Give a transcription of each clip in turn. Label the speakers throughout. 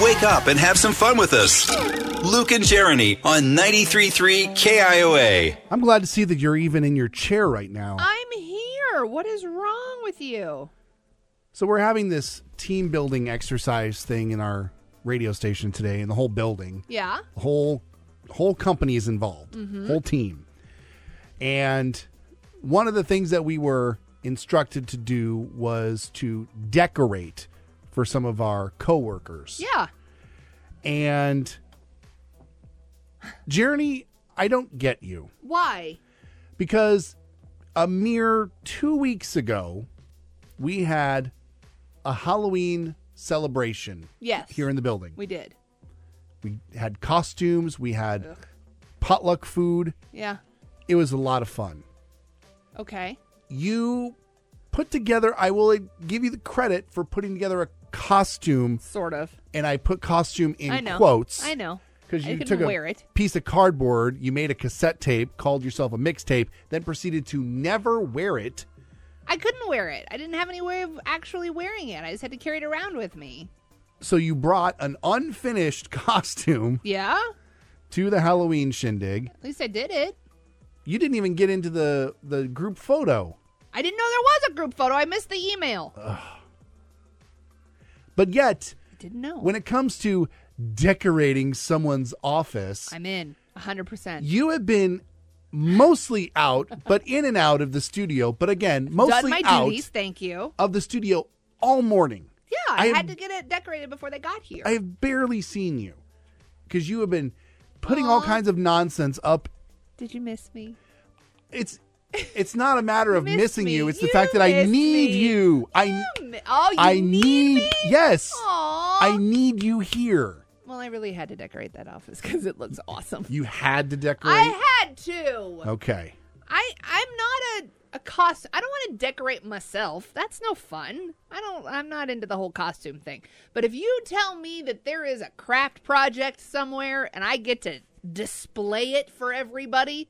Speaker 1: Wake up and have some fun with us. Luke and Jeremy on 93.3 KIOA.
Speaker 2: I'm glad to see that you're even in your chair right now.
Speaker 3: I'm here. What is wrong with you?
Speaker 2: So we're having this team building exercise thing in our radio station today, in the whole building.
Speaker 3: Yeah.
Speaker 2: The whole whole company is involved, whole team. And one of the things that we were instructed to do was to decorate for some of our coworkers.
Speaker 3: Yeah.
Speaker 2: And Jeremy, I don't get you
Speaker 3: Why?
Speaker 2: because a mere two weeks ago, we had a Halloween celebration
Speaker 3: Yes.
Speaker 2: here in the building.
Speaker 3: we did.
Speaker 2: We had costumes, we had potluck food.
Speaker 3: Yeah.
Speaker 2: It was a lot of fun.
Speaker 3: Okay.
Speaker 2: You put together, I will give you the credit for putting together a costume,
Speaker 3: Sort of.
Speaker 2: and I put costume in
Speaker 3: I know.
Speaker 2: quotes.
Speaker 3: I know.
Speaker 2: Because
Speaker 3: I
Speaker 2: you
Speaker 3: couldn't
Speaker 2: took a
Speaker 3: wear it.
Speaker 2: piece of cardboard, you made a cassette tape, called yourself a mixtape, then proceeded to never wear it
Speaker 3: I couldn't wear it. I didn't have any way of actually wearing it. I just had to carry it around with me.
Speaker 2: So you brought an unfinished costume
Speaker 3: Yeah.
Speaker 2: to the Halloween shindig.
Speaker 3: At least I did it.
Speaker 2: You didn't even get into the the group photo.
Speaker 3: I didn't know there was a group photo. I missed the email.
Speaker 2: Uh, But yet,
Speaker 3: I didn't know.
Speaker 2: when it comes to decorating someone's office,
Speaker 3: I'm in. 100%.
Speaker 2: you have been mostly out, but in and out of the studio. But again,
Speaker 3: Done
Speaker 2: mostly
Speaker 3: my
Speaker 2: out
Speaker 3: duties. Thank you.
Speaker 2: of the studio all morning.
Speaker 3: Yeah. I,
Speaker 2: I
Speaker 3: had
Speaker 2: am-
Speaker 3: to get it decorated before they got here.
Speaker 2: I have barely seen you because you have been putting all kinds of nonsense up
Speaker 3: did you miss me?
Speaker 2: it's it's not a matter of
Speaker 3: missed
Speaker 2: missing
Speaker 3: me.
Speaker 2: you. It's
Speaker 3: You
Speaker 2: the fact that I
Speaker 3: missed
Speaker 2: need
Speaker 3: me.
Speaker 2: you. I
Speaker 3: Mm, Oh, you
Speaker 2: I
Speaker 3: need,
Speaker 2: need
Speaker 3: me?
Speaker 2: yes.
Speaker 3: Aw.
Speaker 2: I need you here.
Speaker 3: Well, I really had to decorate that office because it looks awesome.
Speaker 2: You had to decorate.
Speaker 3: I had to.
Speaker 2: okay.
Speaker 3: I I'm not a a cost. I don't want to decorate myself. That's no fun. I don't. I'm not into the whole costume thing. But if you tell me that there is a craft project somewhere and I get to display it for everybody,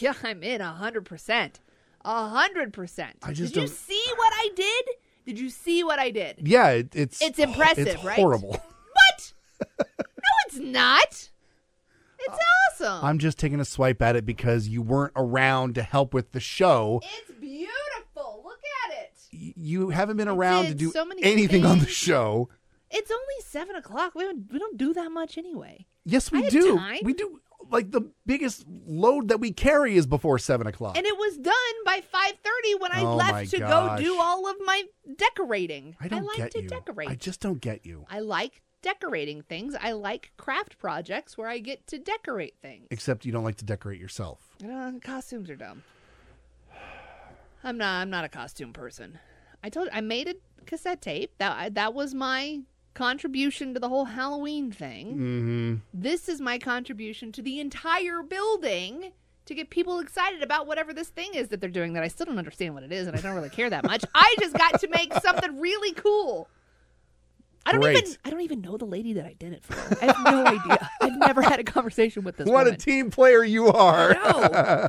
Speaker 3: yeah, I'm in hundred percent. hundred percent.
Speaker 2: I just
Speaker 3: did you
Speaker 2: don't-
Speaker 3: see what I did? Did you see what I did?
Speaker 2: Yeah, it, it's
Speaker 3: It's
Speaker 2: ho-
Speaker 3: impressive,
Speaker 2: it's
Speaker 3: right?
Speaker 2: horrible.
Speaker 3: What? no, it's not. It's awesome.
Speaker 2: I'm just taking a swipe at it because you weren't around to help with the show.
Speaker 3: It's beautiful. Look at it.
Speaker 2: Y- You haven't been around to
Speaker 3: did
Speaker 2: do
Speaker 3: so many
Speaker 2: anything on the
Speaker 3: things.
Speaker 2: show.
Speaker 3: It's only seven o'clock. We don't, we don't do that much anyway.
Speaker 2: Yes, we
Speaker 3: had
Speaker 2: do.
Speaker 3: time.
Speaker 2: We do. Like the biggest load that we carry is before seven o'clock.
Speaker 3: And it was done by five thirty when I
Speaker 2: Oh my
Speaker 3: left to
Speaker 2: gosh.
Speaker 3: go do all of my decorating.
Speaker 2: I don't
Speaker 3: like
Speaker 2: get
Speaker 3: to
Speaker 2: you.
Speaker 3: decorate.
Speaker 2: I just don't get you.
Speaker 3: I like decorating things. I like craft projects where I get to decorate things.
Speaker 2: Except you don't like to decorate yourself.
Speaker 3: I don't know, costumes are dumb. I'm not. I'm not a costume person. I told. I made a cassette tape. That I, that was my contribution to the whole Halloween thing.
Speaker 2: Mm-hmm.
Speaker 3: This is my contribution to the entire building to get people excited about whatever this thing is that they're doing that I still don't understand what it is and I don't really care that much. I just got to make something really cool. I don't even
Speaker 2: Great.
Speaker 3: I don't even know the lady that I did it for. I have no idea. I've never had a conversation with this
Speaker 2: What a
Speaker 3: woman.
Speaker 2: team player you are.
Speaker 3: no.